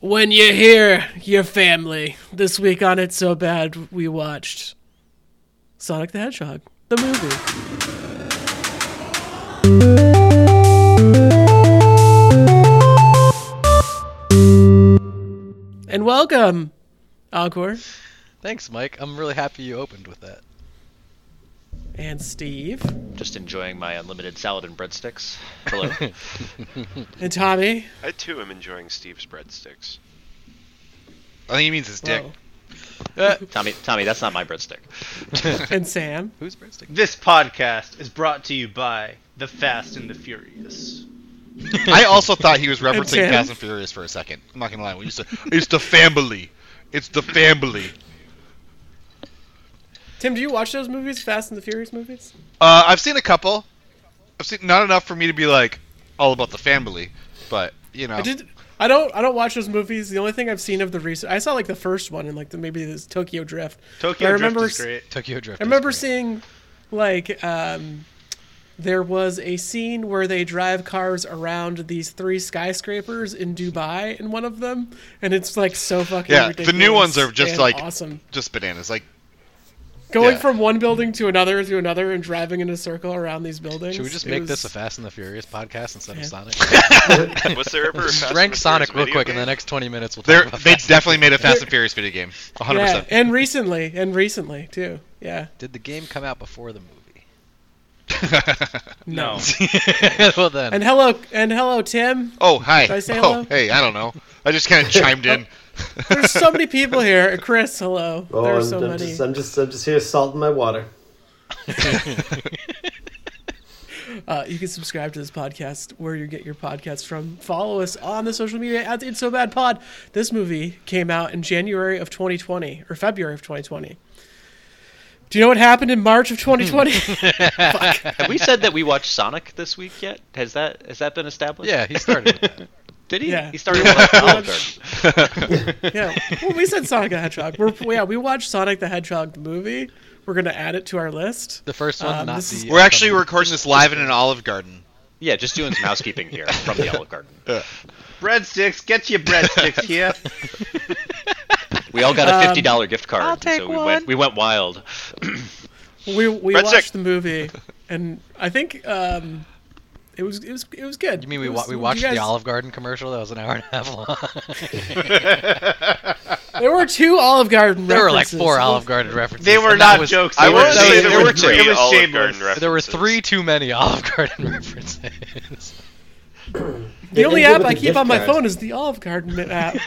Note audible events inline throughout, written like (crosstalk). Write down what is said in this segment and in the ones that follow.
When you hear your family. This week on It's So Bad, we watched Sonic the Hedgehog, the movie. And welcome, Encore Thanks, Mike. I'm really happy you opened with that. and Steve Just enjoying my unlimited salad and breadsticks. Hello. and Tommy. I too am enjoying Steve's breadsticks. I think he means his dick. Whoa. Tommy, Tommy, that's not my breadstick. And Sam. Who's breadstick? This podcast is brought to you by The Fast and the Furious. (laughs) I also thought he was referencing Tim. Fast and Furious for a second. I'm not gonna lie. We used to, it's the family. It's the family. Tim, do you watch those movies, Fast and the Furious movies? Uh, I've seen a couple. I've seen not enough for me to be like all about the family, but you know, I did. I don't. I don't watch those movies. The only thing I've seen of the recent, I saw like the first one and like the, maybe this Tokyo Drift. Tokyo I Drift remember is s- great. Tokyo Drift. I remember seeing, like, um, there was a scene where they drive cars around these three skyscrapers in Dubai in one of them, and it's like so fucking Yeah, the ridiculous new ones are just, and like- awesome. just bananas. Like, Going yeah. from one building to another to another and driving in a circle around these buildings. Should we just It make this a was- Fast and the Furious podcast instead Yeah. of Sonic? (laughs) Was there ever a Fast and Rank the Sonic Furious real quick. video In the game? next 20 minutes, we'll (laughs) they're, talk about they Fast and definitely made a Fast They're- and Furious video game. 100. Yeah, percent and recently, and recently too. Yeah. Did the game come out before the (laughs) movie? (laughs) No. well then. And hello, and hello, Tim. Oh hi. Did I say oh hello? hey, I don't know. I just kind of (laughs) chimed in. There's so many people here. And Chris, hello. Oh, There's I'm, so I'm many. Just, I'm just, I'm just here salting my water. Uh, you can subscribe to this podcast where you get your podcasts from. Follow us on the social media at It's So Bad Pod. This movie came out in January of 2020 or February of 2020. Do you know what happened in March of Hmm. 2020? Have we said that we watched Sonic this week yet? Has that has that been established? yeah, he started with that. Did he? Yeah. He started with (laughs) like, Olive Garden. (laughs) yeah. Well, we said Sonic the Hedgehog. We're, yeah, we watched Sonic the Hedgehog the movie. We're gonna add it to our list. The first one, Um, not this is- the. We're actually recording this live in an Olive Garden. Yeah, just doing some housekeeping here from the (laughs) Olive Garden. Breadsticks, get your breadsticks here. (laughs) We all got a fifty dollar gift card, Um, I'll take so we one. went we went wild. We we Red watched Sec- the movie, and I think um, it was it was it was good. You mean we, It wa- was- we you watched guys- the Olive Garden commercial that was an hour and a half (laughs) long? There were two Olive Garden. there were like references. four Well, Olive Garden references. They were and that not was- jokes. I They want were- to say they there were it was- it three was Olive shameless. Garden references. There were three too many (laughs) Olive Garden (laughs) references. The only ended app with I a keep gift on my card. phone is the Olive Garden app. (laughs)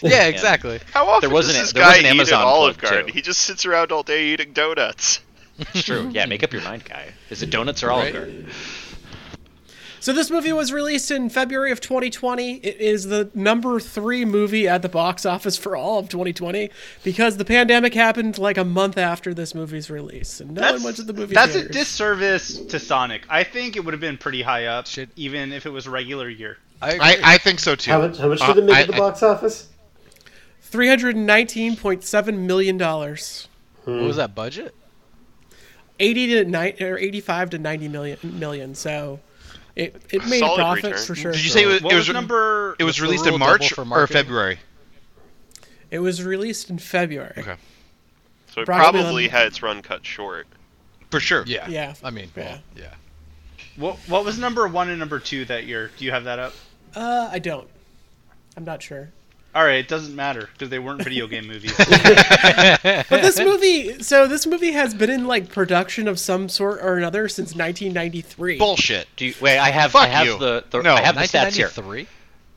yeah, exactly. How often There wasn't does a- this there guy wasn't eat Amazon at Olive Club, Garden? too. He just sits around all day eating donuts. It's (laughs) true. Yeah, make up your mind, guy. Is it donuts or Olive Right. Garden? so this movie was released in February of 2020. It is the number three movie at the box office for all of 2020 because the pandemic happened like a month after this movie's release, and no That's, one went to the movie that's a theaters. disservice to Sonic. I think it would have been pretty high up, Should- even if it was regular year. I, I think so too. How much? How much Uh, did it make I- at the (laughs) box office? 319.7 million dollars. what was that budget? 80 to 90 or 85 to 90 million million. So it it made Solid a profit return. for sure. Did you say it was, What it was, was number? It was What's the released in rule double March for or marketing? February. It was released in February. Okay. So it Probably probably, on- had its run cut short. For sure. Yeah. Yeah. I mean, Yeah. well, yeah. what, what was number one and number two that year? Do you have that up? Uh, I don't. I'm not (laughs) sure. All right, it doesn't matter because they weren't video game movies. But this movie, so this movie has been in like production of some sort or another since 1993. Bullshit. (laughs) Do you, wait, I have I Fuck have you. the, the No, I have the stats here. 1993.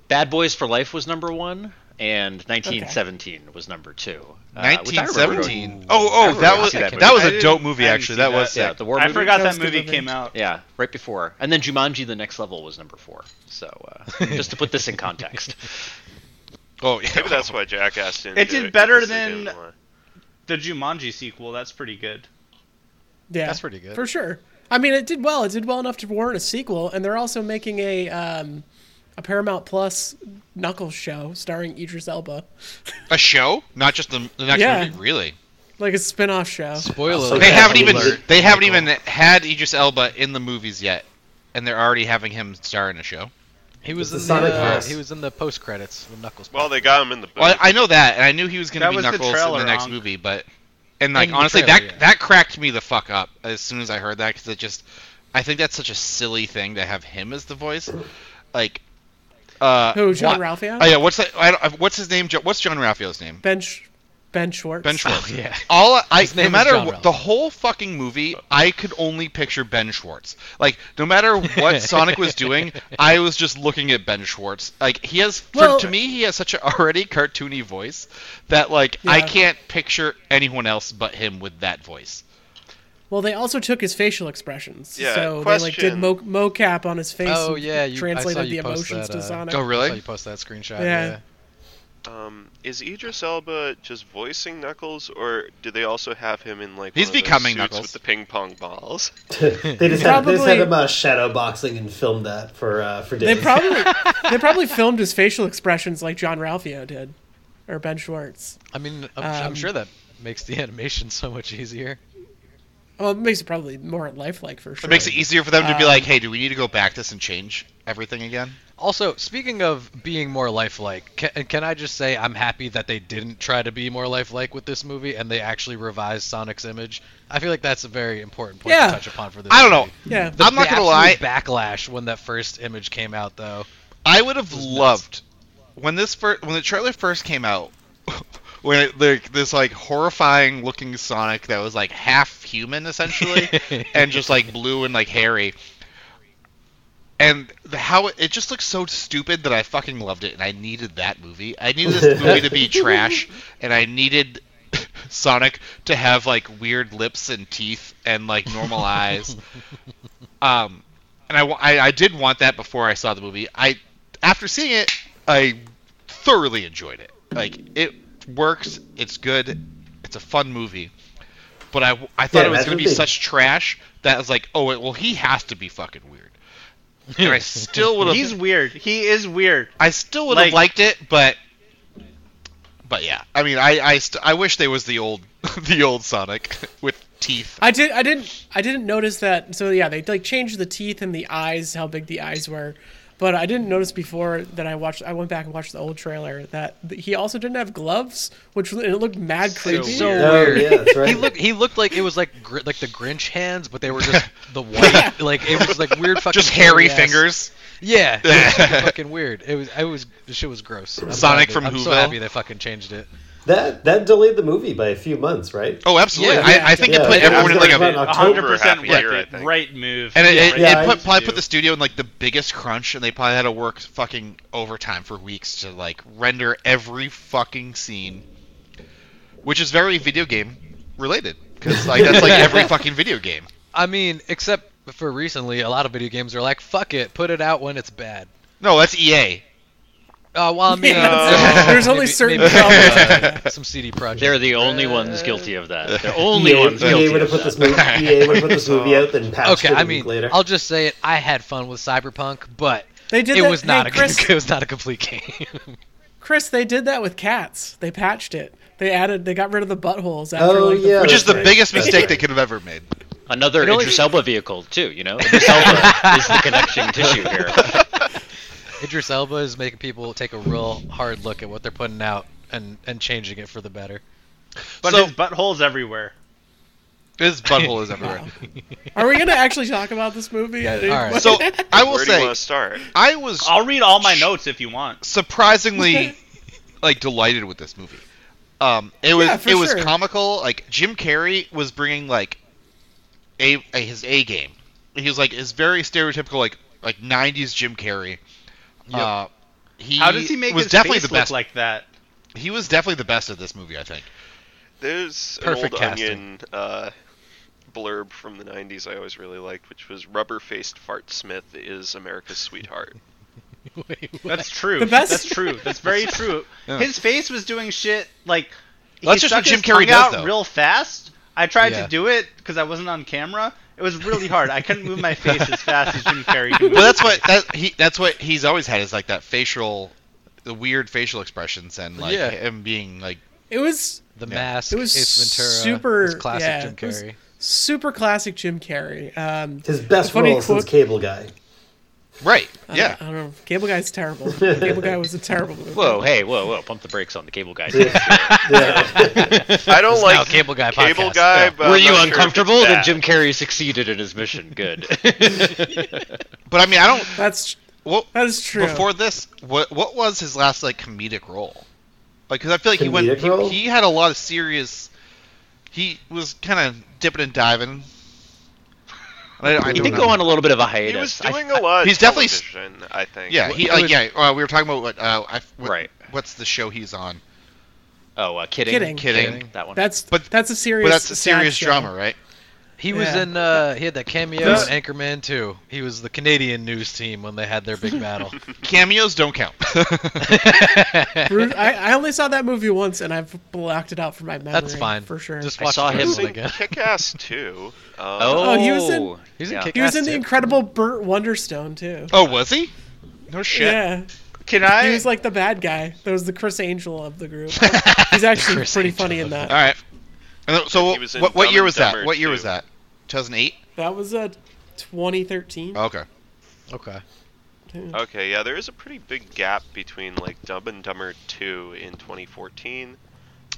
Bad Boys for Life was number one, and 1917 was number two. Uh, which I remember 1917. going- Oh, I oh, remember that going was to see that, movie. was I a didn't- dope movie. I didn't Actually, see that was that. yeah, the war I movie. forgot That was that a good movie movie. came out. Yeah, right before, and then Jumanji: The Next Level was number four. So uh, just to put this in context, Oh, yeah. Maybe that's why Jackass didn't. It do did it better because they than- didn't want- The Jumanji sequel. That's pretty good. yeah, That's pretty good. for sure. I mean, it did well. It did well enough to warrant a sequel, and they're also making a um, a Paramount Plus Knuckles show starring Idris Elba, a show, not just the, the next Yeah. movie. Really, like a spin-off show. Spoiler. they haven't even alert. they haven't even had Idris Elba in the movies yet, and they're already having him star in a show. He was in It's the, a Sonic uh, verse. he was in the post credits, the Knuckles. Well, they got him in the booth. Well, I know that, and I knew he was going That to be was the Knuckles in trailer, the next Ankh. movie, but and like In the honestly, trailer, that yeah. that cracked me the fuck up as soon as I heard that because it just, I think that's such a silly thing to have him as the voice, like. Uh, Who, John what- Ralphio? Oh yeah, what's that? I don't, what's his name? Jo- What's John Ralphio's name? Ben, Sch- ben Schwartz. Ben Schwartz. yeah. All I, His name no is matter John what, Ralphio. the whole fucking movie, I could only picture Ben Schwartz. Like no matter (laughs) what Sonic was doing, I was just looking at Ben Schwartz. Like he has, for, Well- to me, he has such an already cartoony voice that like I Yeah. can't picture anyone else but him with that voice. Well, they also took his facial expressions. Yeah, so they like did question. mo- mocap on his face. Oh and yeah, you, I translated saw you the post emotions that, to uh, Sonic. Oh I really? saw you post that screenshot. Yeah. yeah. Um, is Idris Elba just voicing Knuckles, or do they also have him in like He's one of those becoming suits Knuckles. with the ping pong balls? they just had, they just had Probably- him uh, shadow boxing and filmed that for uh, for (laughs) They days. probably they probably filmed his facial expressions like John Ralphio did, or Ben Schwartz. I mean, I'm, I'm Um, sure that makes the (laughs) animation so much easier. Well, it makes it probably more lifelike for sure. It makes it easier for them Uh, to be like, hey, do we need to go back this and change everything again? Also, speaking of being more lifelike, can, can I just say I'm happy that they didn't try to be more lifelike with this movie and they actually revised Sonic's image. I feel like that's a very important point Yeah. to touch upon for this. I don't know. movie. yeah. e-, The- I'm not the gonna lie. absolute Backlash when that first image came out, though. I would have was loved when this first when the trailer first came out, (laughs) when it, like this like horrifying looking Sonic that was like half human essentially, and just like blue and like hairy, and the, how it, it just looked so stupid that I fucking loved it, and I needed that movie. I needed this movie to be trash, and I needed. Sonic to have like weird lips and teeth and like normal eyes. Um, and I, wa- I, I did want that before I saw the movie. I after seeing it, I thoroughly enjoyed it. Like it works, it's good, it's a fun movie. But I, I thought Yeah, it was that's going the to be thing. such trash that I was like, oh wait, well he has to be fucking weird. And I still would He's have, weird. He is weird. I still would have like- liked it, but, but yeah, I mean, I, I, st- I wish there was the old, (laughs) the old Sonic (laughs) with teeth. I did. I didn't. I didn't notice that. So yeah, they like changed the teeth and the eyes, how big the eyes were. But I didn't notice before that I watched. I went back and watched the old trailer that th- he also didn't have gloves, which and it looked mad creepy. So Oh, weird. yeah, that's (laughs) right. He looked. He looked like it was like gr- like the Grinch hands, but they were just (laughs) the white. like it was like weird fucking. Just hairy hairy ass- fingers. Yeah, it (laughs) was fucking weird. It was. I was. The shit was gross. I'm glad Sonic they- from I'm so Whoville? happy they fucking changed it. that that delayed the movie by a few months, right? Oh, absolutely. Yeah, I, I think yeah, it put yeah, everyone in like about a in A October. hundred October half percent a right. year, I think. Right move. And it, Yeah, it, right it I put, used probably to. put the studio in like the biggest crunch, and they probably had to work fucking overtime for weeks to like render every fucking scene, which is very video game related because like that's like every fucking video game. I mean, except for recently, a lot of video games are like, "Fuck it, put it out when it's bad." No, that's E EA. Uh, well, I mean, Yeah, uh, there's- there's maybe- only certain maybe, problems. uh, some CD project. They're the only ones guilty of that. They're only EA, ones guilty would of have put that. (laughs) this movie. EA would have put this movie out, then patched Okay, it a I week mean, later. I'll just say it. I had fun with Cyberpunk, but They did it that- was not hey, a Chris- good, (laughs) it was not a complete game. Chris, they did that with cats. They patched it. They added. They got rid of the buttholes after Oh, like the yeah. Which is the first- biggest That's mistake right. they could have ever made. Another It only- Idris Elba vehicle too. You know, Idris Elba is the connection tissue here. Idris Elba is making people take a real hard look at what they're putting out and and changing it for the better. But So- his butthole's everywhere. His butthole is everywhere. Are we gonna actually talk about this movie? I didn't- All right. So I will Where do you say want to start? I was I'll read all my notes if you want. surprisingly like delighted with this movie. Um, it was Yeah, it for was sure. comical. Like Jim Carrey was bringing like a, a his A game. He was like is very stereotypical like like '90s Jim Carrey. Uh, he How does he make was his definitely face the best. look like that? he was definitely the best at this movie, I think. There's an Perfect old casting. onion uh, blurb from the '90s I always really liked, which was "Rubber-faced Fart Smith is America's sweetheart." That's true. The best- That's true. (laughs) That's very true. His face was doing shit like. That's he just what stuck Jim his Carrey tongue does, out though. Real fast. I tried Yeah. to do it because I wasn't on camera. It was really hard. I couldn't move my face as fast as Jim Carrey. (laughs) Can move. Well, that's what that he that's what he's always had is like that facial, the weird facial expressions and like Yeah. him being like It was The Mask, It was Ace Ventura, super- it's classic yeah, Jim it was- Carrey. super classic Jim Carrey. Um, His best Funny role quote- (laughs) since Cable Guy. Right. I Yeah. don't, I don't know. Cable Guy's terrible. Cable Guy was a terrible movie. Whoa, hey, whoa, whoa! Pump the brakes on the cable guy. Yeah. I Now don't like Cable Guy Cable podcast. Guy. Yeah. But Were I'm you not sure if uncomfortable? it's Then that. Jim Carrey succeeded in his mission. Good. But I mean, I don't. That's Well, that is true. before this, what what was his last like comedic role? Like, because I feel like Comedic he role? went. He, he had a lot of serious. He was kind of dipping and diving. And I, I he don't did know. go on a little bit of a He hiatus. was I- doing a lot. he's of definitely s- television, I think. Yeah, he It like was- yeah. Uh, we were talking about what uh, I, what- Right. What's the show he's on? oh, uh, kidding. Kidding. Kidding. That one. that's But- that's a serious. But that's a sad serious show. drama, right? He was Yeah. in. Uh, he had that cameo Those- in Anchorman too. He was the Canadian news team when they had their big battle. Cameos don't count. (laughs) Bruce, I, I only saw that movie once, and I've blocked it out from my memory. That's fine for sure. Just I watch saw the first him He's one in again. (laughs) Kick-Ass too. Um, Oh, Oh, he was in- He's in yeah. Kick he was Ass in the too. incredible Burt Wonderstone too. oh, was he? No shit. Yeah, Can I? he was like the bad guy. That was the Chris Angel of the (laughs) group. He's actually Chris pretty Angel funny in of that. All right. And th- so He was in what, what Dumb year and was that? Dumber What year was 2. that? 2008. That was a 2013. Oh, okay. Okay. Okay, yeah, there is a pretty big gap between like Dumb and Dumber 2 in 2014.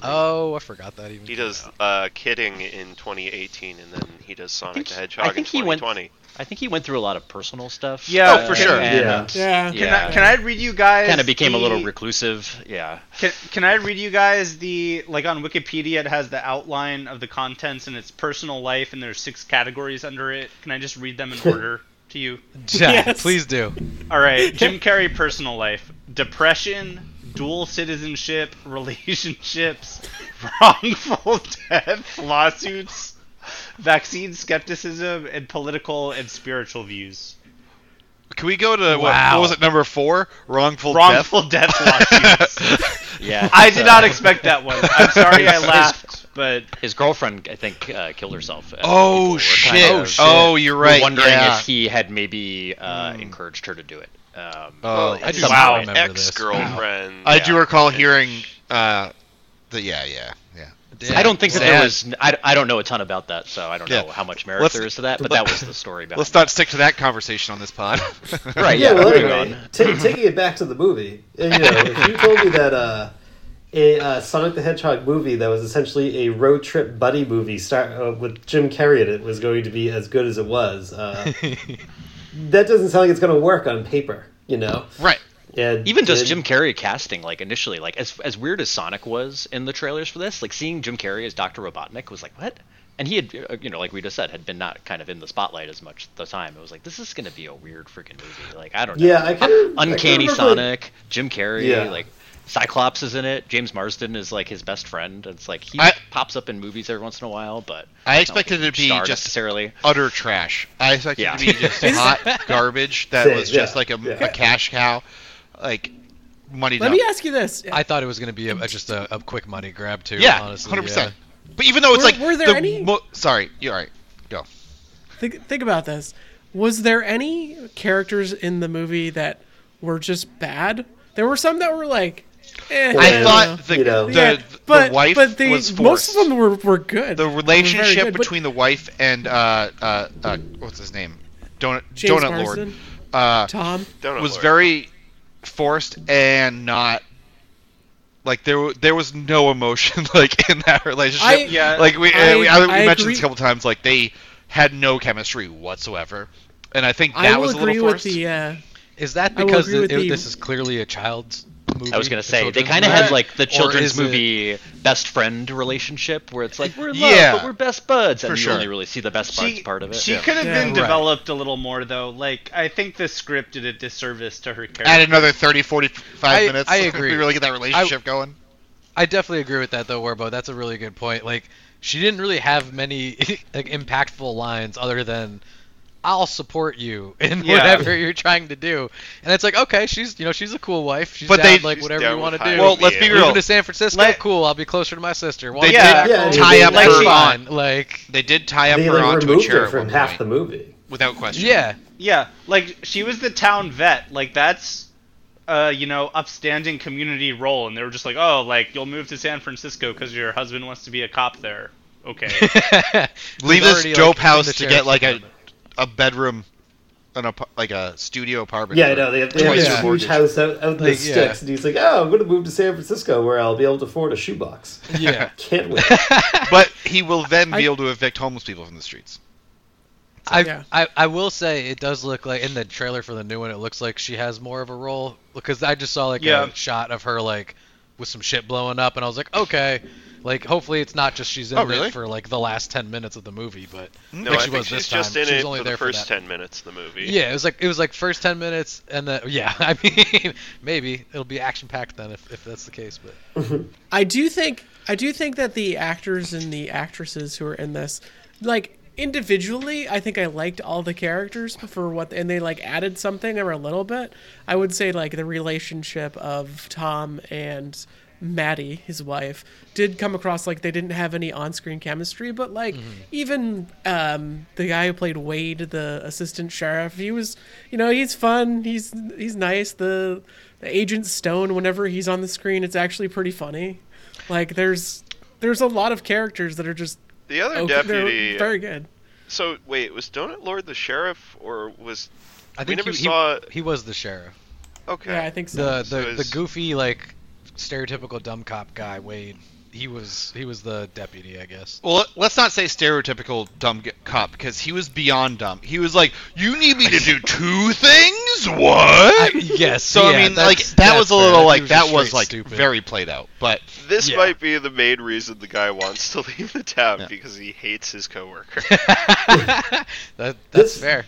Oh, I forgot that even. He came does out. uh, Kidding in 2018, and then he does think Sonic the he- I Hedgehog think in he went- 2020. I think he went through a lot of personal stuff. Yeah. Oh, for sure. Yeah. And, Yeah. Can, Yeah. I, can I read you guys? Kind of became a little the- reclusive. Yeah. Can, can I read you guys the like on Wikipedia? It has the outline of the contents and its personal life, and there's six categories under it. Can I just read them in order to you? (laughs) Yeah, Yes. please do. All right, Jim Carrey personal life: depression, dual citizenship, (laughs) relationships, (laughs) wrongful (laughs) death, lawsuits, vaccine skepticism, and political and spiritual views. Can we go to what, Wow. what was it? Number four. Wrongful, Wrongful death, (laughs) lawsuits. Yeah. I did not expect that one. I'm (laughs) sorry I laughed, but His girlfriend, I think, uh, killed herself. and people Oh were shit. kind oh of you're right. Wondering yeah. if he had maybe uh, Hmm. encouraged her to do it. Um, Oh, at I do some not point. remember this. Ex-girlfriend. I do recall hearing uh, the yeah, yeah, yeah. Yeah. I don't think that Sad. there was. I, I don't know a ton about that, so I don't Yeah. know how much merit Let's- there is to that. But let- that was the story behind. Let's not stick to that conversation on this pod. (laughs) it. Right. yeah, Yeah. well, moving anyway, on. ta- taking it back to the movie, you know, if you told me that uh, a uh, Sonic the Hedgehog movie that was essentially a road trip buddy movie start, uh, with Jim Carrey in it was going to be as good as it was, uh, that doesn't sound like it's going to work on paper, you know? right. And Even just and- Jim Carrey casting, like initially, like as as weird as Sonic was in the trailers for this, like seeing Jim Carrey as Doctor Robotnik was like what? And he had, uh, you know, like we just said, had been not kind of in the spotlight as much at the time. It was like this is going to be a weird freaking movie. Like I don't know. Yeah, I (laughs) kinda- I Uncanny kinda remember- Sonic, Jim Carrey, Yeah. like Cyclops is in it. James Marsden is like his best friend. It's like he I- pops up in movies every once in a while, but I don't think expected it to he's a be star just necessarily. Utter trash. I expected Yeah. it to be (laughs) just hot garbage that Same, was just yeah, like a, yeah. a cash cow, like money. Let dump. me ask you this. I thought it was gonna be a, a- just a, a quick money grab too. yeah, honestly, hundred percent. yeah. But even though it's Were- like were there the any- mo- sorry, you're all right. Go. think, think about this. Was there any characters in the movie that were just bad? There were some that were like, eh, I I don't thought know. the, You know. the, Yeah, the but, wife but they, was most forced. of them were, were good. the Were very relationship good, but between the wife and uh, uh, uh, what's his name, donut James donut lord, Marsden? uh, Tom. Don't know was where. very forced and not like there. wa- There was no emotion (laughs) like in that relationship. I- Yeah, like we, I- uh, we, I, think we I mentioned this a agree- couple times. Like they had no chemistry whatsoever, and I think that I will was a agree little with forced. the. Uh, Is that I will because agree it, with it- you. this is clearly a child's movie? I was gonna a say they children's kind of movie? had like the Or children's is it- movie best friend relationship where it's like we're in love Yeah. but we're best buds, and For you sure. only really see the best buds she, part of it. She Yeah. could have Yeah. been Right. developed a little more though. Like I think the script did a disservice to her character. Add another 30, 45 I- minutes. I agree. (laughs) we really get that relationship going. I definitely agree with that though, Werbo. That's a really good point. Like she didn't really have many (laughs) like impactful lines other than I'll support you (laughs) in Yeah. whatever you're trying to do. And it's like, okay, she's you know, she's a cool wife. She's But down, they- like She's whatever down you with want to high do. Well, let's be ideas. real. Moving to San Francisco, Let- cool. I'll be closer to my sister. Well, They Yeah. did Yeah, they tie did up that. her Like, on. Like They did tie up They her like onto a removed chair her at from one half point, the movie. without question. yeah, Yeah, like she was the town vet. Like that's uh, you know, upstanding community role and they were just like, "Oh, like you'll move to San Francisco cuz your husband wants to be a cop there." Okay. (laughs) leave He's this already, dope like, in house the to get sheriff's like a a bedroom an apa- like a studio apartment. Yeah, I for know. They have, they have twice this your yeah. huge mortgage. house out, out in the Like, yeah. sticks, and he's like, "Oh, I'm going to move to San Francisco, where I'll be able to afford a shoebox." Yeah. Can't wait. But he will then be able to evict homeless people from the streets. I, Yeah. I I will say it does look like in the trailer for the new one it looks like she has more of a role because I just saw like Yeah. a shot of her like with some shit blowing up and I was like okay like hopefully it's not just she's in Oh, really? it for like the last 10 minutes of the movie but No, like I she think was this she's just time. in She was it only for there the for first that. ten minutes of the movie. yeah it was like it was like first 10 minutes and then (laughs) yeah I mean (laughs) maybe it'll be action packed then if, if that's the case but I do think I do think that the actors and the actresses who are in this, like individually, I think I liked all the characters for what and they like added something or a little bit. I would say like the relationship of Tom and Maddie, his wife, did come across like they didn't have any on-screen chemistry, but like even um, the guy who played Wade, the assistant sheriff, he was, you know, he's fun, he's he's nice. The, the agent Stone, whenever he's on the screen, it's actually pretty funny. Like there's there's a lot of characters that are just The other oh, they're deputy. very good. So wait, was Donut Lord the sheriff, or was I think We never he, saw- he, he was the sheriff okay? Yeah, I think so. the the, So the is- goofy like stereotypical dumb cop guy Wade he was he was the deputy I guess (laughs) Well, let- let's not say stereotypical dumb g- cop because he was beyond dumb. He was like, "You need me to (laughs) do two things? What?" yes. so yeah, I mean, that's- like that that's was a fair. little He like that just was straight like stupid. very played out. But This Yeah. might be the main reason the guy wants to (laughs) leave the town because he hates (laughs) his coworker. That, that's This- fair.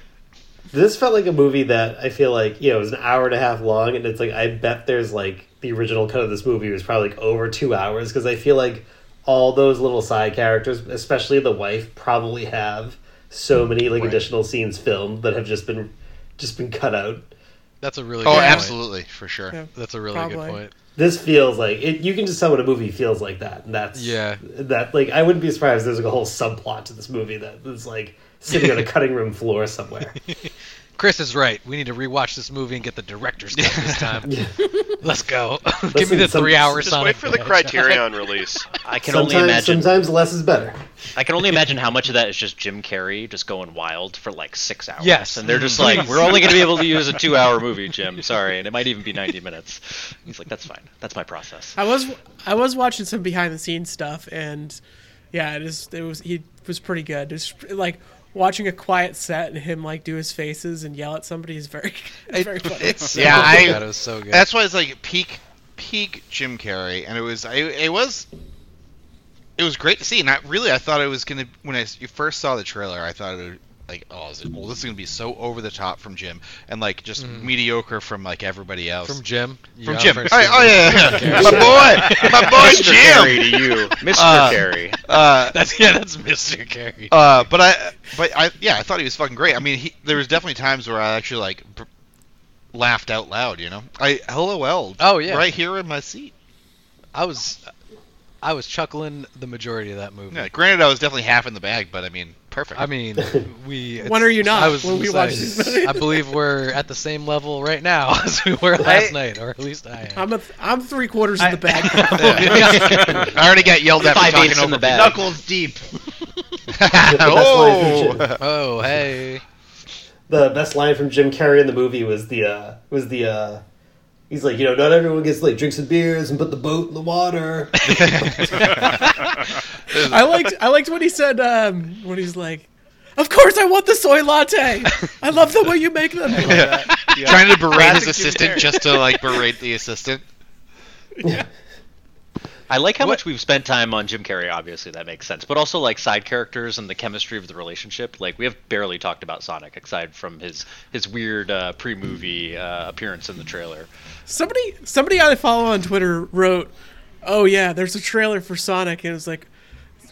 this felt like a movie that I feel like you know it was an hour and a half long, and it's like I bet there's like the original cut of this movie was probably like over two hours because I feel like all those little side characters, especially the wife, probably have Mm, so many like additional scenes filmed that have just been just been cut out. That's a really. oh, good point. absolutely for sure. Yeah. That's a really good Probably. point. This feels like it, you can just tell when a movie feels like that, and that's Yeah. that like I wouldn't be surprised if there's like a whole subplot to this movie that is like sitting (laughs) on a cutting room floor somewhere. Chris is right. We need to rewatch this movie and get the director's cut (laughs) this time. Let's (laughs) go. (laughs) Give me Listen, the some- three-hour Just Sonic. wait for the Adventure. (laughs) Criterion release. I can Sometimes, only imagine. sometimes less is better. (laughs) I can only imagine how much of that is just Jim Carrey just going wild for like six hours. Yes. and they're just like, Please. we're only going to be able to use (laughs) a two-hour movie, Jim. Sorry, and it might even be ninety minutes. He's like, that's fine. That's my process. I was I was watching some behind the scenes stuff and yeah, it is it was he was pretty good. It's like watching a quiet set and him like do his faces and yell at somebody is very (laughs) it's very funny. It's so (laughs) (laughs) Yeah, good. I- That was so good. That's why it's like peak peak Jim Carrey, and it was I, it was it was great to see. And I really I thought it was gonna when I s- you first saw the trailer, I thought it would like oh is it, well this is gonna be so over the top from Jim and like just mediocre from like everybody else Mm. from Jim. From Yeah, Jim. first Oh, Jim. yeah, yeah, yeah. (laughs) my boy, my boy Mr. Carrey Jim. to (laughs) you, Mr. Uh, Carrey. Uh, That's (laughs) yeah. That's Mr. Carey. uh, but I, but I, yeah, I thought he was fucking great. I mean, he, there was definitely times where I actually like br- laughed out loud. You know, I LOL. Oh, yeah. right here in my seat. I was, I was chuckling the majority of that movie. Yeah, granted, I was definitely half in the bag, but I mean, perfect. I (laughs) (laughs) mean, we. When are you it's- I not? was When we gonna watch say, these movies. I believe we're at the same level right now (laughs) as we were last night, or at least I am. I'm a th- I'm three quarters in the bag. I already got yelled at for Five talking eighths over in the bag. Knuckles deep. The best line from Jim- Oh hey. the best line from Jim Carrey in the movie was the uh, was the uh, he's like you know not everyone gets like drinks and beers and put the boat in the water. I liked I liked when he said um, when he's like, "Of course I want the soy latte. I love the way you make them." Trying to berate his Classic Jim assistant Carrey. just to like berate the assistant. I like how much we've spent time on Jim Carrey. Obviously, that makes sense. But also like side characters and the chemistry of the relationship. Like we have barely talked about Sonic aside from his his weird uh, pre-movie uh, appearance in the trailer. Somebody somebody I follow on Twitter wrote, "Oh yeah, there's a trailer for Sonic," and it was like,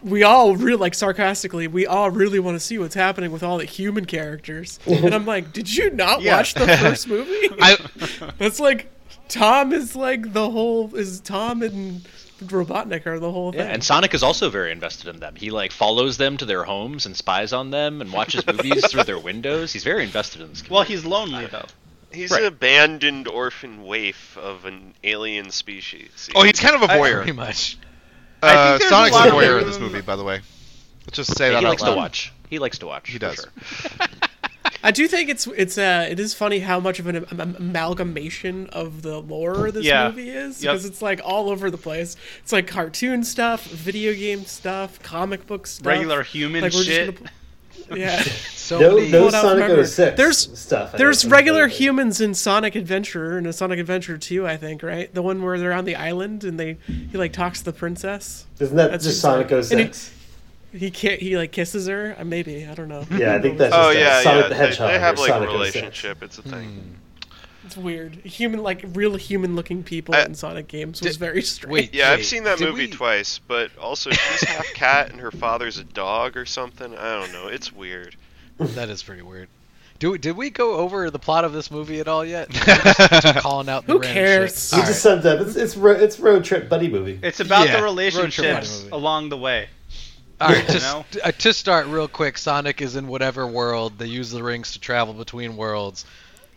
"We all really like sarcastically, we all really want to see what's happening with all the human characters." and I'm like, "Did you not watch the first movie?" I, (laughs) That's like Tom is like the whole is Tom and Robotnik are the whole thing. And Sonic is also very invested in them. He like follows them to their homes and spies on them and watches movies through their windows. He's very invested in this. Well, Community. he's lonely though. He's Right. an abandoned orphan waif of an alien species. oh, he's kind of (laughs) a Pretty voyeur. much. I uh, think there's Sonic's a a lot of voyeur in this room- movie, by the way. Let's just Yeah, say that (laughs) he out likes loud. to watch. He likes to watch. He for does. sure. I do think it's it's uh it is funny how much of an am- am- amalgamation of the lore this Yeah. movie is Yep. because it's like all over the place. It's like cartoon stuff, video game stuff, comic book stuff, Regular human Like, we're just shit. gonna pl- (laughs) (laughs) yeah, So No, many- no Pull it out from everywhere. Sonic 06 There's- stuff. I there's don't regular think. humans in Sonic Adventure and a Sonic Adventure 2, I think, right? The one where they're on the island and they he like talks to the princess. Isn't that That's just insane. Sonic And it- 06? He can't. He like kisses her. Uh, Maybe I don't know. Yeah, I think that's Oh just a yeah, Sonic yeah. the They, Hedgehog they have or like Sonic a 06. relationship. It's a Hmm. thing. It's weird. Human, like real human-looking people I- in Sonic games was very strange. Uh, wait. Yeah, Hey, I've seen that did movie we- twice, but also she's half cat and her father's a dog or something. I don't know. It's weird. That is pretty weird. Do we, did we go over the plot of this movie at all (laughs) yet? I'm just- just calling out the Who random cares? shit. You All just right. summed up. It's it's, ro- it's road trip buddy movie. It's about Yeah, the road trip relationships movie. along the way. All right, You just know? uh, to start real quick, Sonic is in whatever world. They use the rings to travel between worlds.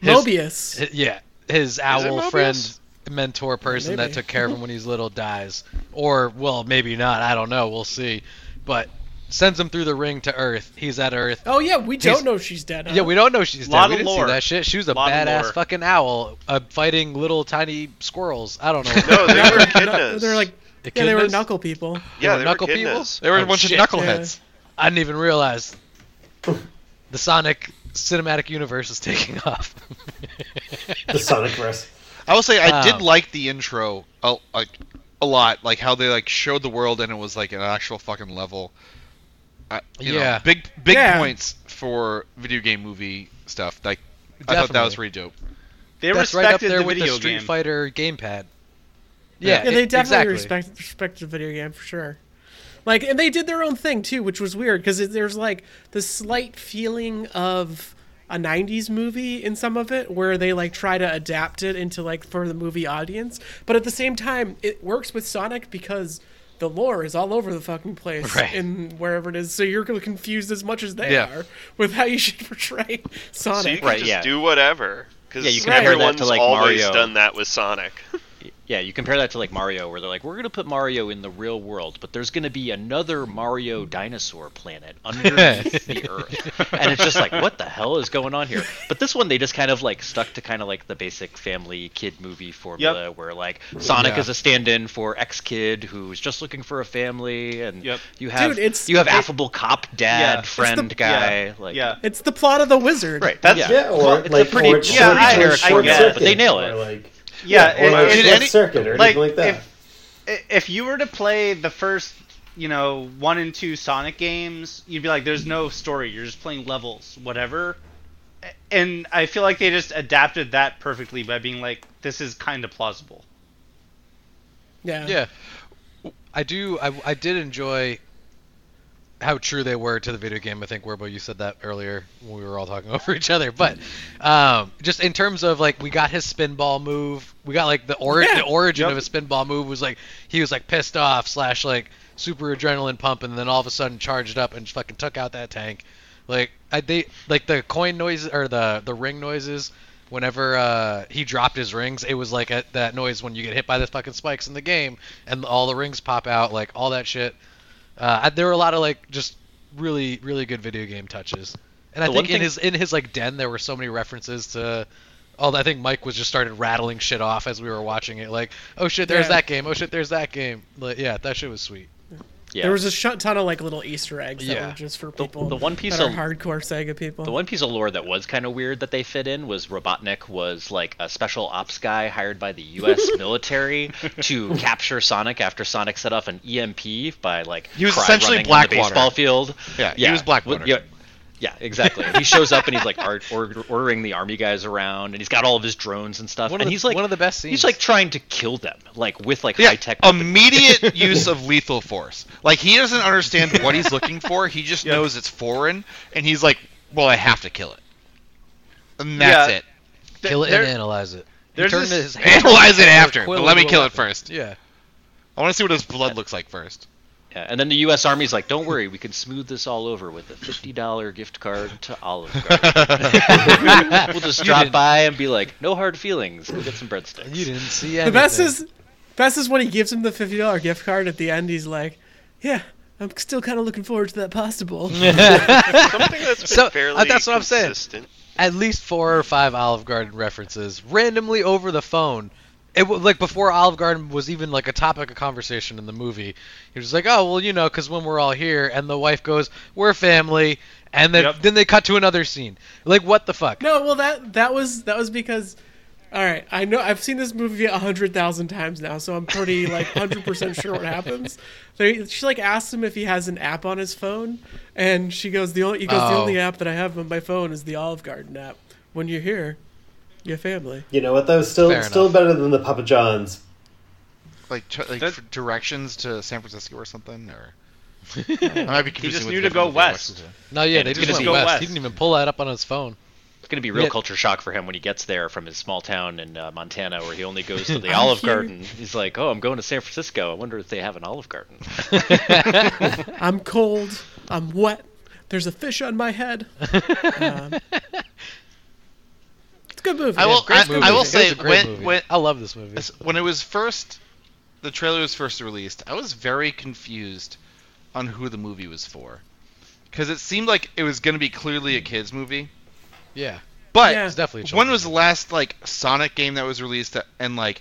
His- Mobius. hi- yeah, his owl Mobius? friend, mentor person Maybe. that took care of him when he's little dies, or well, maybe not. I don't know. We'll see. But sends him through the ring to Earth. He's at Earth. oh yeah, we he's- don't know she's dead. Huh? Yeah, we don't know she's dead. Lot We of didn't lore. see that shit. She was a Lot of badass lore. fucking owl, uh, fighting little tiny squirrels. I (laughs) don't know. (laughs) No, they were No, echidnas. they're like The yeah, they were kidneys? knuckle people. yeah, they were knuckle people? echidnas. There were Oh, a bunch shit. of knuckleheads. I didn't even (laughs) realize the Sonic cinematic universe is taking off. The Sonic verse. (laughs) I will say I Um, did like the intro a, a, a lot, like how they like showed the world and it was like an actual fucking level. I, you know, Yeah. big big Yeah. points for video game movie stuff. Like I thought that was Definitely. pretty dope. (laughs) They That's right up respected there the with video the Street game. Fighter gamepad. Yeah, Yeah, they it- definitely exactly. respect respect the video game for sure. Like, and they did their own thing too, which was weird because there's like the slight feeling of a '90s movie in some of it, where they like try to adapt it into like for the movie audience, but at the same time, it works with Sonic because the lore is all over the fucking place (laughs) Right. and wherever it is, so you're confused as much as they Yeah. are with how you should (laughs) portray Sonic. So you can Right, just yeah. do whatever. Because Yeah, you can compare that everyone's to, like, always Mario. done that with Sonic. Yeah, you compare that to like Mario, where they're like, we're gonna put Mario in the real world, but there's gonna be another Hmm. Mario dinosaur (laughs) planet underneath the Earth, and it's just like, what the hell is going on here? But this one, they just kind of like stuck to kind of like the basic family kid movie formula, where like Sonic Yeah. is a stand-in for ex kid who's just looking for a family, and Yep. you have Dude, it's- you have it- affable cop dad Yeah. It's the- friend guy, yeah, like yeah. It's the plot of The Wizard. right. That's- yeah. Yeah, or it's a like pretty- or it's yeah, short, I- or I short get it, circuit, but they nail it. Or like, Yeah, or like it- short it- any- circuit or like, anything like that. if if you were to play the first, you know, one and two Sonic games, you'd be like, "There's no story. You're just playing levels, whatever." A- And I feel like they just adapted that perfectly by being like, "This is kind of plausible." Yeah. Yeah, I do. I, I did enjoy how true they were to the video game. I think Werbo, you said that earlier when we were all talking (laughs) over each other. But um, just in terms of like, we got his spinball move. We got like the, ori- Yeah. the origin Yep. of his spinball move was like he was like pissed off slash like super adrenaline pump, and then all of a sudden charged up and fucking took out that tank. Like I they like the coin noises or the the ring noises. Whenever uh, he dropped his rings, it was like a, that noise when you get hit by the fucking spikes in the game, and all the rings pop out, like all that shit. Uh, I- there were a lot of like just really really good video game touches, and I The one think in thing- his in his like den there were so many references to. Oh, I think Mike was just started rattling shit off as we were watching it. Like, oh shit, there's Yeah. that game. Oh shit, there's that game. Like, yeah, that shit was sweet. yeah. There was a shit ton of like little Easter eggs that Yeah. were just for The- people. the one piece that are of- hardcore Sega people. The one piece of lore that was kind of weird that they fit in was Robotnik was like a special ops guy hired by the (laughs) U.S. military to capture Sonic after Sonic set off an EMP by like He was cry essentially running on the Blackwater. baseball field. Yeah, he was Blackwater. Would- Yeah, yeah, exactly. And he shows up and he's like art, or, ordering the army guys around, and he's got all of his drones and stuff. One of and the- he's like one of the best scenes. He's like trying to kill them, like with like high Yeah, tech. (laughs) immediate use of lethal force. Like he doesn't understand what he's looking for. He just knows it's foreign, and he's like, "Well, I have to kill it." And that's Yeah. it. Th- Kill it there- and analyze it. He there's turned this- his hand- Analyze it after, quill but let me into a kill it weapon. first. Yeah. I want to see what his blood looks like first. Yeah, and then the U.S. Army's like, "Don't worry, we can smooth this all over with a fifty-dollar gift card to Olive Garden. we'll just drop by and be like, no hard feelings. Go get some breadsticks." You didn't see anything. the best is best is when he gives him the fifty dollar gift card at the end. He's like, "Yeah, I'm still kind of looking forward to that pasta (laughs) bowl. Something that's been So, uh, fairly that's what I'm saying. consistent. at least four or five Olive Garden references randomly over the phone. It wa- like before Olive Garden was even like a topic of conversation in the movie. He was like, "Oh well, you know, 'cause when we're all here," and the wife goes, "We're family," and then Yep. then they cut to another scene. Like, what the fuck? No, well that that was that was because all right, I know I've seen this movie a hundred thousand times now, so I'm pretty like hundred percent sure what happens. They, she like asks him if he has an app on his phone, and she goes the only he goes the Oh. only app that I have on my phone is the Olive Garden app. When you're here, your family. You know what though? Still, Fair still enough. better than the Papa John's. Like, tr- like That- for directions to San Francisco or something, (laughs) or. I might be confusing just with knew a to different go movie I west. watched today. No, yeah, And they it's just gonna went go west. west. He didn't even pull that up on his phone. It's going to be real Yeah. culture shock for him when he gets there from his small town in uh, Montana where he only goes to the I'm Olive here. Garden. He's like, "Oh, I'm going to San Francisco. I wonder if they have an Olive Garden." I'm cold. I'm wet. There's a fish on my head. (laughs) Um, it's a good movie. I will- It's a great I- I will movie. say- It was a great when- movie. when- I love this movie. As- when it was first the trailer was first released i was very confused on who the movie was for because it seemed like it was going to be clearly a kids movie Yeah, but Yeah. it's definitely. a when children's was the movie. last like sonic game that was released that, and like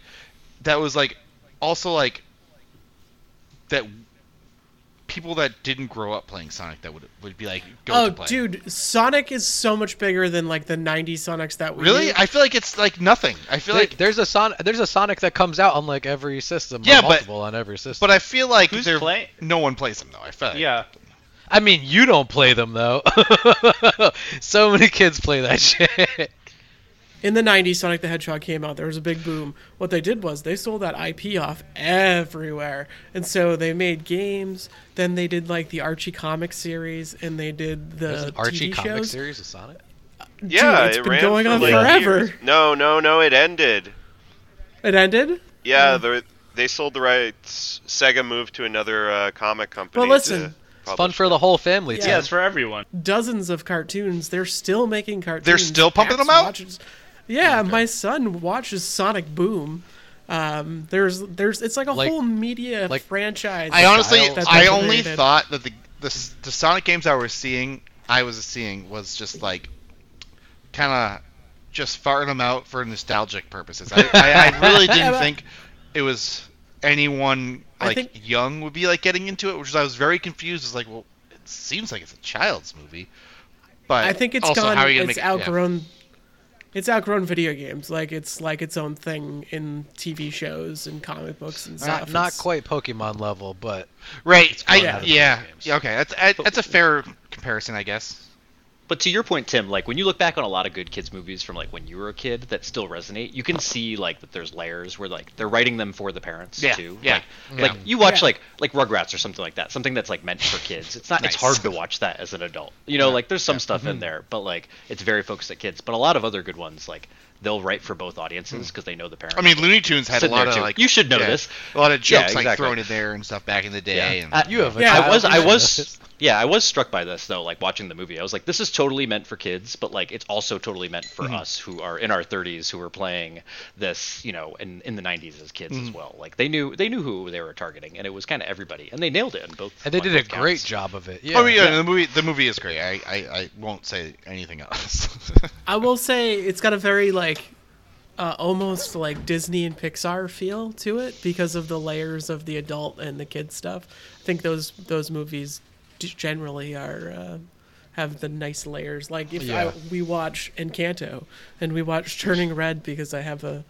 that was like also like that people that didn't grow up playing sonic that would would be like go Oh, to play dude, Sonic is so much bigger than like the '90s Sonics that we really knew. i feel like it's like nothing i feel There- like there's a Sonic. There's a Sonic that comes out on like every system. or Yeah, but- multiple on every system. but i feel like Who's they're- play- no one plays them though i feel like Yeah. I mean, you don't play them though. (laughs) so many kids play that (laughs) shit. in the '90s, Sonic the Hedgehog came out. There was a big boom. What they did was they sold that IP off everywhere, and so they made games. Then they did like the Archie comic series, and they did There's the an TV Archie comic Uh, shows. series of Sonic. Yeah, it's it been ran going for, on like, forever. years. No, no, no, it ended. It ended. Yeah, the, they sold the rights. Sega moved to another uh, comic company. Well, listen. to It's It's fun publish for the whole family. Yeah. Yeah, Tim. it's for everyone. Dozens of cartoons. They're still making cartoons. still pumping Pax them out? watches- Yeah, my son watches Sonic Boom. Um, there's, there's, it's like a Like- whole media like- franchise. I honestly, that's I been only created. thought that the, the the Sonic games I was seeing, I was seeing was just like, kind of, just farting them out for nostalgic purposes. I, I, (laughs) I really didn't but- think it was anyone I like think- young would be like getting into it, which is I was very confused. It's like, well, it seems like it's a child's movie, but I think it's also, gone. How are you gonna it's make, yeah. outgrown. It's outgrown video games. Like it's like its own thing in TV shows and comic books and stuff. Not, not It's- quite Pokemon level, but Right? I, gone out yeah. of video games. yeah. Okay. That's I, that's a fair comparison, I guess. But to your point, Tim, like when you look back on a lot of good kids movies from like when you were a kid that still resonate, you can see like that there's layers where like they're writing them for the parents Yeah, too. yeah, Like, yeah. like you watch Yeah. like like Rugrats or something like that, something that's like meant for kids. It's not. It's Nice. Mm-hmm. hard to watch that as an adult. You know, like there's some stuff in there, but like it's very focused at kids. But a lot of other good ones, like they'll write for both audiences because they know the parents. Mm. I mean, Looney Tunes had a Sitting lot there, of too. like You should know yeah, this. A lot of Yeah, jokes like exactly. thrown in there and stuff back in the day. Yeah. And, Uh, you have. A Yeah. I was I (laughs) child. was (laughs) yeah, I was struck by this though, like watching the movie. I was like, this is totally meant for kids, but like it's also totally meant for Mm-hmm. us who are in our thirties who were playing this, you know, in, in the nineties as kids Mm-hmm. as well. Like they knew they knew who they were targeting and it was kinda everybody. And they nailed it in both. And they on did a both great counts. job of it. Yeah. Oh yeah, the movie the movie is great. I, I, I won't say anything else. (laughs) I will say it's got a very like uh, almost like Disney and Pixar feel to it because of the layers of the adult and the kid stuff. I think those those movies g- generally are uh, have the nice layers. Like if Yeah. I, we watch Encanto and we watch Turning Red because I have a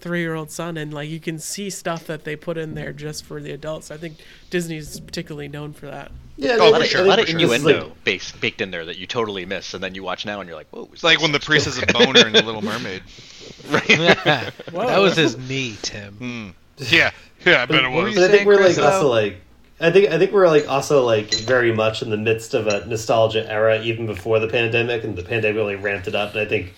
three year old son and like you can see stuff that they put in there just for the adults. I think Disney's particularly known for that. Yeah, Oh, I A lot think- of, sure. I a lot of think this is, like, innuendo base, baked in there that you totally miss, and then you watch now and you're like, "Whoa!" it's like when the priest is a boner in The (laughs) Little Mermaid. (laughs) that was his knee, Hmm. Tim. Yeah, yeah, I bet it were was. you- But I think saying, we're like Chris, also though? like I think I think we're like also like very much in the midst of a nostalgia era even before the pandemic and the pandemic only ramped it up and I think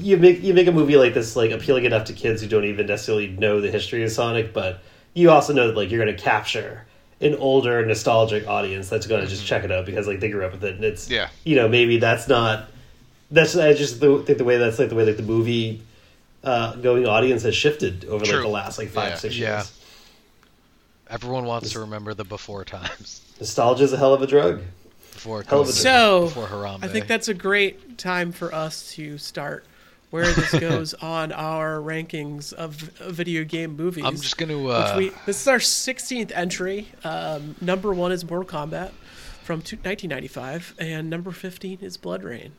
you make you make a movie like this like appealing enough to kids who don't even necessarily know the history of Sonic but you also know that like you're going to capture an older nostalgic audience that's going to just check it out because like they grew up with it and it's Yeah. you know maybe that's not that's I just the, think the way that's like the way that the movie uh, going audience has shifted over True. like the last like five Yeah. six Yeah. years. Everyone wants to remember the before times. Nostalgia's a hell of a drug. Before Hell of a COVID, So, before Harambe. I think that's a great time for us to start where this goes on our rankings of video game movies. I'm just gonna, uh, which we, this is our 16th entry. Um, number one is Mortal Kombat from two- 1995, and number 15 is Blood Rain.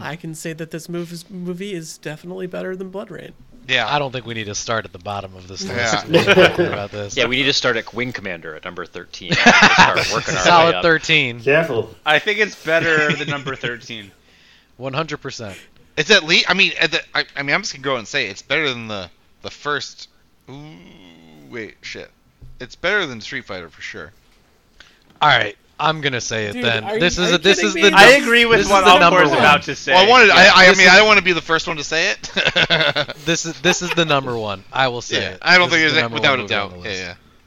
I can say that this mov- movie is definitely better than Blood Rain. Yeah, I don't think we need to start at the bottom of this Yeah. list. We're talking about (laughs) this. Yeah, we need to start at Wing Commander at number (laughs) 13. and start working our way Solid up. 13, Careful. I think it's (laughs) better than number 13. 100. percent It's at least. I mean, at the, I, I mean, I'm just gonna go and say it's better than the the first. Ooh, wait, shit. It's better than Street Fighter for sure. All right, I'm gonna say it Dude, then. are you- this are is you a, this kidding is me? the. I I num- agree with this what is the Alcor number is one. about to say. Well, I wanted. I, I this mean, is- I don't want to be the first one to say it. (laughs) This is this is the number one. I will say yeah, it. I don't This think is the there's number without one a movie on doubt. the Yeah, list.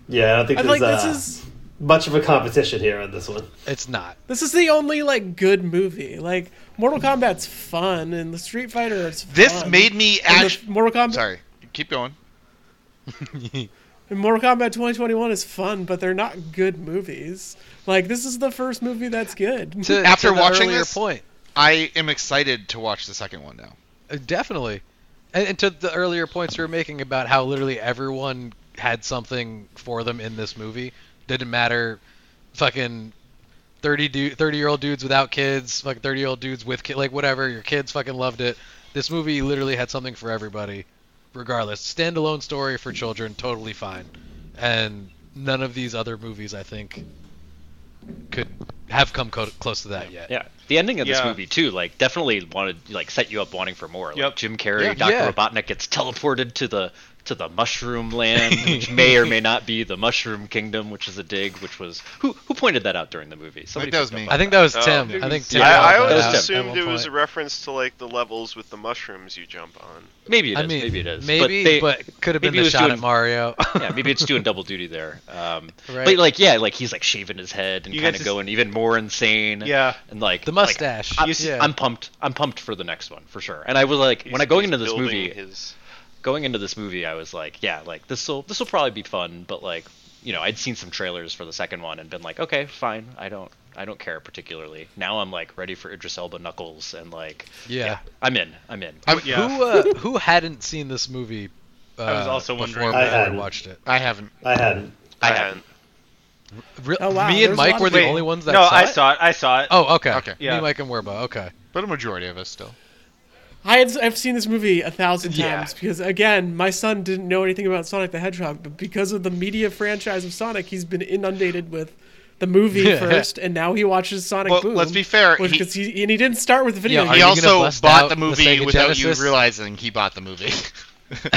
yeah. Yeah, I don't think I like there's uh, this is much of a competition here on this one. It's not. this is the only like good movie. Like Mortal Kombat's fun, and the Street Fighter is. This fun. made me Um, And the actually. Mortal Kombat. Sorry, keep going. And Mortal Kombat 2021 is fun, but they're not good movies. Like this is the first movie that's good. To, After to the watching earlier this- point, I am excited to watch the second one now. Uh, definitely, and, and to the earlier points we were making about how literally everyone had something for them in this movie. Didn't matter, fucking. 30 du- 30 year old dudes without kids, like 30 year old dudes with kids, like whatever, your kids fucking loved it. This movie literally had something for everybody, regardless. Standalone story for children, totally fine. And none of these other movies, I think, could have come co- close to that yet. Yeah, the ending of this Yeah. movie too, like definitely wanted, like set you up wanting for more. Like Yep. Jim Carrey, Yeah. Doctor Yeah. Robotnik gets teleported to the to (laughs) the Mushroom Land, which may or may not be the Mushroom Kingdom, which is a dig. Which was who who pointed that out during the movie? Somebody that picked was up me. on I think that was Oh, Tim. it I think was- Tim. Yeah, brought I, I that always up at assumed one it was a point. reference to like the levels with the mushrooms you jump on. Maybe it is. I mean, maybe it is. Maybe, they- but, could have been maybe it the was shot at doing- Mario. (laughs) yeah, maybe it's doing double duty there. Um, Right. But like, yeah, like he's like shaving his head and You kind get of to- going even more insane. Yeah. and like The like, mustache. I'm, You see- I'm pumped. I'm pumped for the next one for sure. And I was like, when I He's- going he's into this building movie, his- going into this movie, I was like, yeah, like this will this will probably be fun, but like, you know, I'd seen some trailers for the second one and been like, okay, fine, I don't I don't care particularly. Now I'm like ready for Idris Elba Knuckles and like, Yeah. I'm in, I'm in. I'm, Yeah. Who uh, who hadn't seen this movie? Uh, was also before wondering. I Mario hadn't. watched it. I haven't. I hadn't. I I haven't. Re- Oh, wow, Me there's and a Mike lot were of the people. only ones that no, saw I it? saw it. I saw it. Oh, okay. Okay. Me, Yeah. Mike, and Werba. Okay. But a majority of us still. I had I've seen this movie a thousand Yeah. times because again, my son didn't know anything about Sonic the Hedgehog, but because of the media franchise of Sonic, he's been inundated with the movie (laughs) Yeah. first, and now he watches Sonic Well, Boom. let's be fair, which- he- 'cause he, and he didn't start with the video. Yeah, game. he you gonna also bust out bought the the movie Sega without Genesis? you realizing he bought (laughs) the movie. (laughs)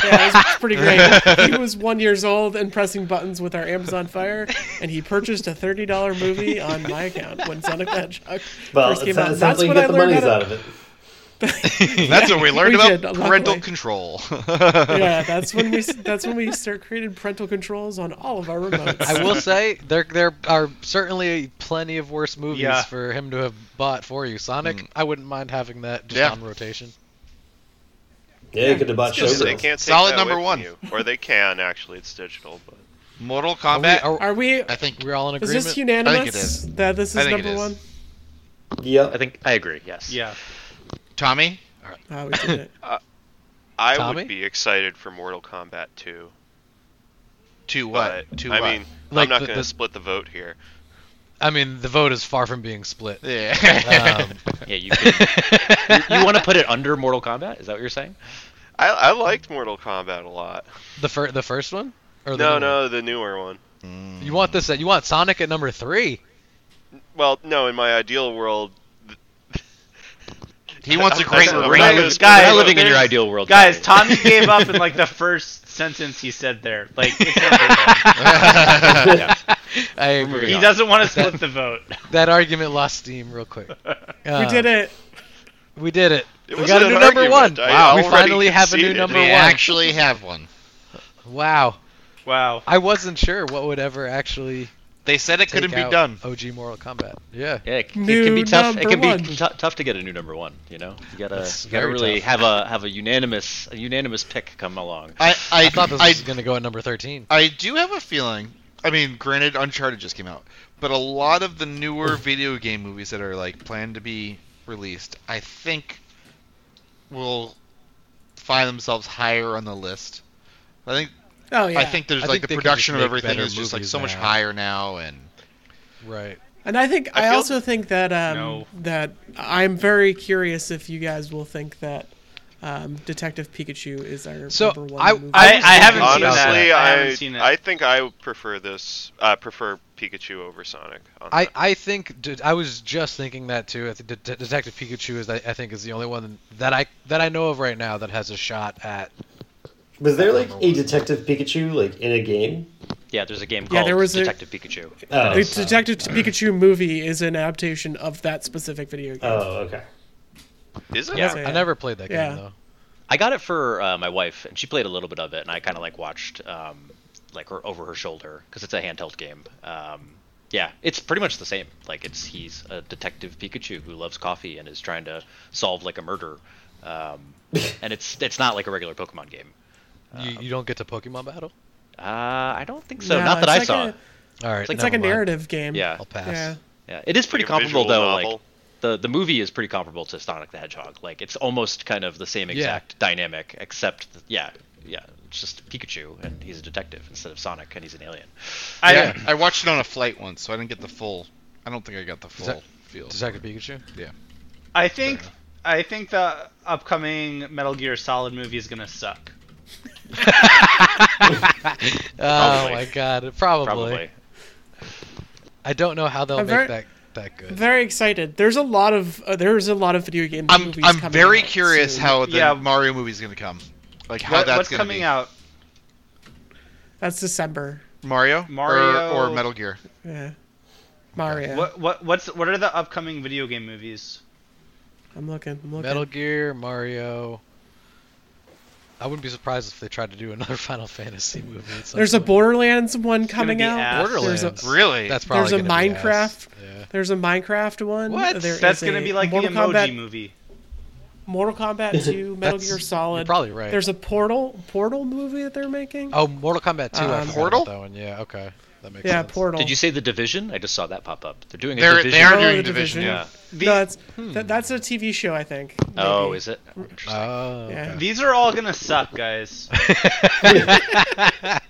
Yeah, it was pretty great. he was one years old and pressing buttons with our Amazon Fire, and he purchased a thirty dollar movie on my account when Sonic the Hedgehog Well, first it came sounds out. it That's sounds like you when I got the learned monies how out to. of it. That's what we learned we about did, luckily. parental control. (laughs) (laughs) Yeah, that's when we that's when we start creating parental controls on all of our remotes. I will say there there are certainly plenty of worse movies Yeah. for him to have bought for you. Sonic, I wouldn't mind having that just Yeah. on rotation. Yeah, you could have bought Yes, they Showgirls. can't take Solid that number away one. from you. or they can actually. It's digital, but Mortal Are we, Kombat. are, Are we? I think. we're all in Is agreement? this unanimous? I think it is. That this I is think it number is. one. I Yep. think I agree. Yes. Yeah. Tommy. Oh, we did it. I Tommy? would be excited for Mortal Kombat 2. To But what? to Uh, I what? mean, Like I'm not the- going to the- split the vote here. I mean, the vote is far from being split. (laughs) yeah. Um, Yeah, you can, you, want to put it under Mortal Kombat? Is that what you're saying? I, I liked Mortal Kombat a lot. the fir- the first one? Or the No, new no, the newer one. one? You want this? At, you want Sonic at number three? Well, no, in my ideal world, (laughs) he (laughs) wants a I- I great said- ring. I'm not We're Guys, guys, not living in your there's- ideal world, Guys, Tommy. Tommy gave up in like the first sentence he said there. Like, (laughs) it's number one. I agree. he doesn't want to split the vote. That argument lost steam real (laughs) quick. we Uh, did it. We did it. It we got wasn't a an new number one. argument. I Wow. we already finally have a new conceded. number we one. actually have one. Wow. Wow. I wasn't sure what would ever actually They said it take couldn't be out done. OG Mortal Kombat. Yeah. Yeah, it, c- New it can be tough. It number can one. be t- tough to get a new number one. You know, you gotta, That's you gotta very really tough. have a have a unanimous a unanimous pick come along. I, I, I thought this I, was going to go at number 13. I do have a feeling I mean, granted, Uncharted just came out, but a lot of the newer video game movies that are like planned to be released, I think, will find themselves higher on the list. I think. Oh yeah. I think there's I like think the they can production just make of everything better is just like movies so much now. higher now, and Right. And I think I I, feel- also think that um, No. that I'm very curious if you guys will think that um, Detective Pikachu is our So, number one I- movie. I, I haven't seen that. Honestly, I I haven't seen it. I think I would prefer this. I prefer Pikachu over Sonic. On I, that. I think d- I was just thinking that too. I think Det- Detective Pikachu is I I think is the only one that I that I know of right now that has a shot at. Was there like a Detective Pikachu like in a game? Yeah, there's a game Yeah, called there was a- Detective Pikachu. Oh, the Detective Pikachu movie is an adaptation of that specific video game. oh, okay. Is it? Yeah. I never played that game Yeah. though. I got it for uh, my wife, and she played a little bit of it, and I kind of like watched um, like her over her shoulder because it's a handheld game. Um, yeah, it's pretty much the same. Like it's he's a detective Pikachu who loves coffee and is trying to solve like a murder, um, and it's it's not like a regular Pokemon game. You, you don't get to Pokemon battle. Uh, I don't think so. No, not that it's I like saw. a- All right, it's like a never mind. narrative game. Yeah. I'll pass. Yeah. Yeah, it is pretty a comparable visual though. Like novel. the the movie is pretty comparable to Sonic the Hedgehog. Like it's almost kind of the same Yeah. exact dynamic, except th- yeah, yeah, it's just Pikachu and he's a detective instead of Sonic and he's an alien. I, yeah, I watched it on a flight once, so I didn't get the full. I don't think I got the full that- feel. Detective Pikachu. I think I think the upcoming Metal Gear Solid movie is gonna suck. Oh my god, probably. Probably. I don't know how they'll I'm make very- that that good. Very excited. There's a lot of uh, there's a lot of video game I'm movies I'm coming very out curious soon. how the Yeah. Mario movie's gonna come, like how What- that's what's gonna coming be. out? that's December. Mario, Mario- or, or Metal Gear. Yeah. Mario. What what what's what are the upcoming video game movies? I'm looking. I'm looking. Metal Gear, Mario. I wouldn't be surprised if they tried to do another (laughs) Final Fantasy movie. at some There's a point. Borderlands one coming be out. ass. There's a Borderlands. Really? That's probably there's a gonna be ass. Minecraft. Yeah. There's a Minecraft one. What? There That's is gonna a be like Mortal the emoji Kombat, movie. Mortal (laughs) Kombat 2, Metal That's- Gear Solid. you're probably right. There's a Portal Portal movie that they're making. Oh, Mortal Kombat 2. I Um, forgot Portal? about that one. Yeah. Okay. That makes yeah, sense. Portal. Did you say the Division? I just saw that pop up. They're doing a They're- they Division. are Oh, doing The Division, Division. yeah. The- no, it's, th- that's a TV show, I think. Oh, maybe. is it? Interesting. Oh. Yeah. okay. These are all gonna suck, guys. (laughs) (laughs) I,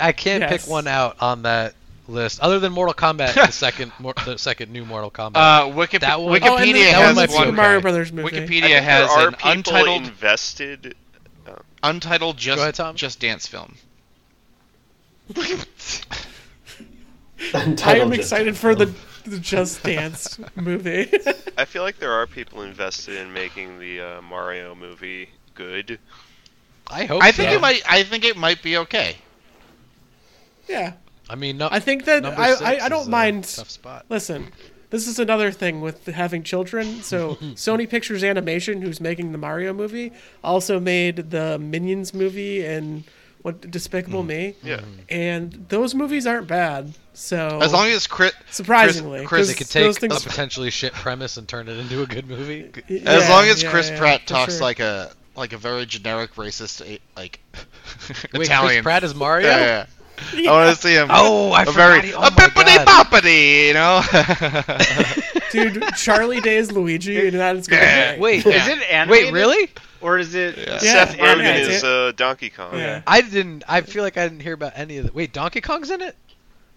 I can't Yes. pick one out on that list other than Mortal Kombat, (laughs) the second mor- the second new Mortal Kombat. Uh, Wiki- That one- Oh, and Wikipedia then that has one might be one. Super Mario Brothers movie. I Wikipedia think has there are an people untitled, invested. untitled just ahead, Tom. just dance film. I (laughs) Untitled am Just- excited for the, the Just Dance movie. (laughs) I feel like there are people invested in making the uh, Mario movie good. I hope. I think so. it might. I think it might be okay. yeah. I mean, no, I think that number I- six I- I don't is a mind- Tough spot. Listen, this is another thing with having children. So Sony Pictures Animation, who's making the Mario movie, also made the Minions movie and what Despicable Me. Yeah. And those movies aren't bad. So Oh. As long as Chris, surprisingly, Chris, They Chris could because take those (laughs) a things- potentially shit premise and turn it into a good movie. Yeah, as long as yeah, Chris yeah, Pratt for talks sure. like a like a very generic racist eh, like (laughs) Wait, Chris Italian. Pratt is Mario. yeah, yeah, yeah. (laughs) I want to see him. Oh, I a forgot. very he- oh a my bippity God. boppity, you (laughs) know. dude, Charlie Day is (laughs) Luigi, and that is gonna Yeah. be great. (laughs) Wait, Is it animated? wait, really? Or is it? Yeah, Seth Rogen yeah, is yeah. uh, Donkey Kong. Yeah, I didn't. I feel like I didn't hear about any of the. Wait, Donkey Kong's in (laughs) it.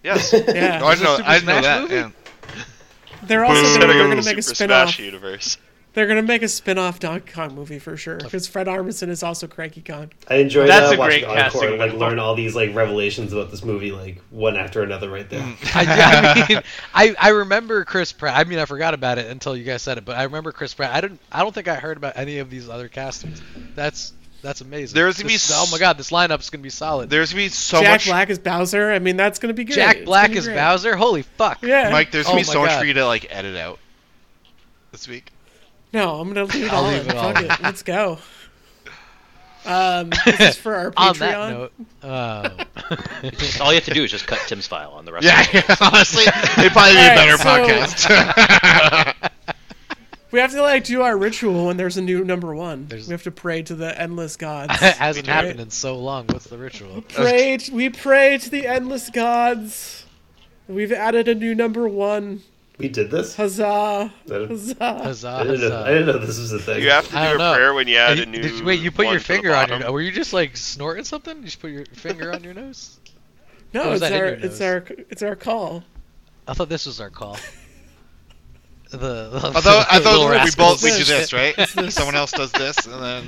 Yes. yeah. No, I didn't know. Super I didn't know Smash that. movie? yeah. They're also Instead gonna, of they're going gonna to make a Super spin-off. Smash Universe. They're gonna make a spin-off Donkey Kong movie for sure because Fred Armisen is also Cranky Kong. I enjoyed That's uh, a watching great Encore casting and like though. learn all these like revelations about this movie like one after another right there. Mm. I, I mean, I, I remember Chris Pratt. I mean, I forgot about it until you guys said it, but I remember Chris Pratt. I didn't. I don't think I heard about any of these other castings. That's that's amazing. There's gonna be This- s- oh my god, this lineup's gonna be solid. There's gonna be so Jack much. Black is Bowser. I mean, that's gonna be good. Jack It's Black gonna be is great. Bowser. Holy (laughs) fuck. Yeah. Mike, there's Oh gonna be my so much God. for you to like edit out this week. No, I'm gonna leave it I'll all. leave in. it all Fuck in. it. Let's (laughs) go. Um, this is for our Patreon. On that note, (laughs) um, All you have to do is just cut Tim's file on the rest. (laughs) Yeah, (laughs) Of it. yeah honestly, it'd probably be a Alright, (laughs) (laughs) better so- podcast. We have to like do our ritual when there's a new number one. There's- We have to pray to the endless gods. (laughs) it hasn't Right? happened in so long. What's the ritual? Pray, we pray to the endless gods. We've added a new number one. We did (laughs) this. I Huzzah! That- Huzzah! Huzzah, didn't, know, I huzzah. didn't know this was a thing. You have to do I a don't know. prayer when you add a And new. you- uh, did- wait, you put your one to the finger on your bottom. nose. Were you just like snorting something? You just put your finger on your nose? No, it's was that in our, your it's nose? our, it's our call. (laughs) I thought this was our call. (laughs) The, the I thought, I the little thought we both rascals. we do this, right? this. Someone else does this, and then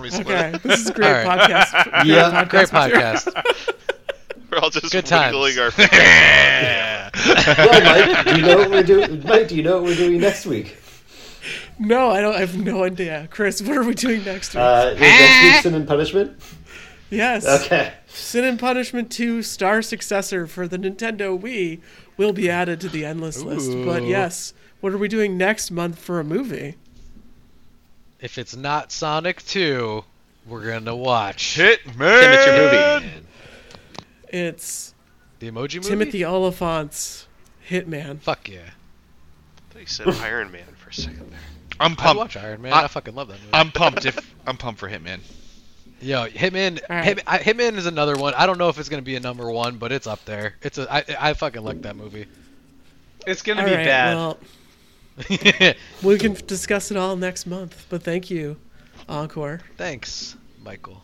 we split. Okay, (laughs) it. this is (laughs) great All right. podcast. Great Yeah. Great material. podcast. (laughs) (laughs) We're all just Good times. (laughs) wiggling our. well, Mike, do you know what we're doing? Mike, do you know what we're doing next week? No, I don't. I have no idea. Chris, what are we doing next week? Uh, is next (laughs) week sin and punishment? yes. Okay. Sin and Punishment 2 star successor for the Nintendo Wii will be added to the endless list. But Ooh. yes, what are we doing next month for a movie? If it's not Sonic 2, we're gonna watch Hit Tim, it's your man. movie. It's the Emoji Movie. Timothy Oliphant's Hitman. Fuck yeah! They said Iron Man for a second there. I'm I'd pumped. watch Iron Man. I- I, fucking love that movie. I'm pumped. If I'm pumped for Hitman. Yo, Hitman, All right. Hit, I- Hitman is another one. I don't know if it's gonna be a number one, but it's up there. It's a I, I fucking like that movie. (laughs) (laughs) It's gonna All be right, bad. well, we can f- discuss it all next month. But thank you, Encore, Thanks, Michael.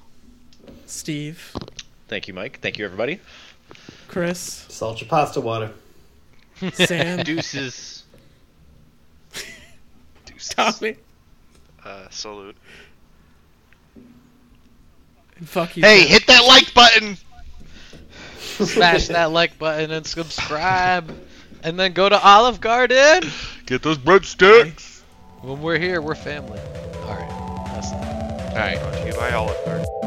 Steve, Thank you, Mike. Thank you, everybody. (laughs) Chris, Salt your pasta water. Sam, Deuces. Deuces. Tommy, Uh, salute. and fuck you. Hey, Chris. hit that like button. (laughs) Smash that like button and subscribe, and then go to Olive Garden. Get those breadsticks. When we're here, we're family. All right, that's All right. Brought to you by Olive Garden.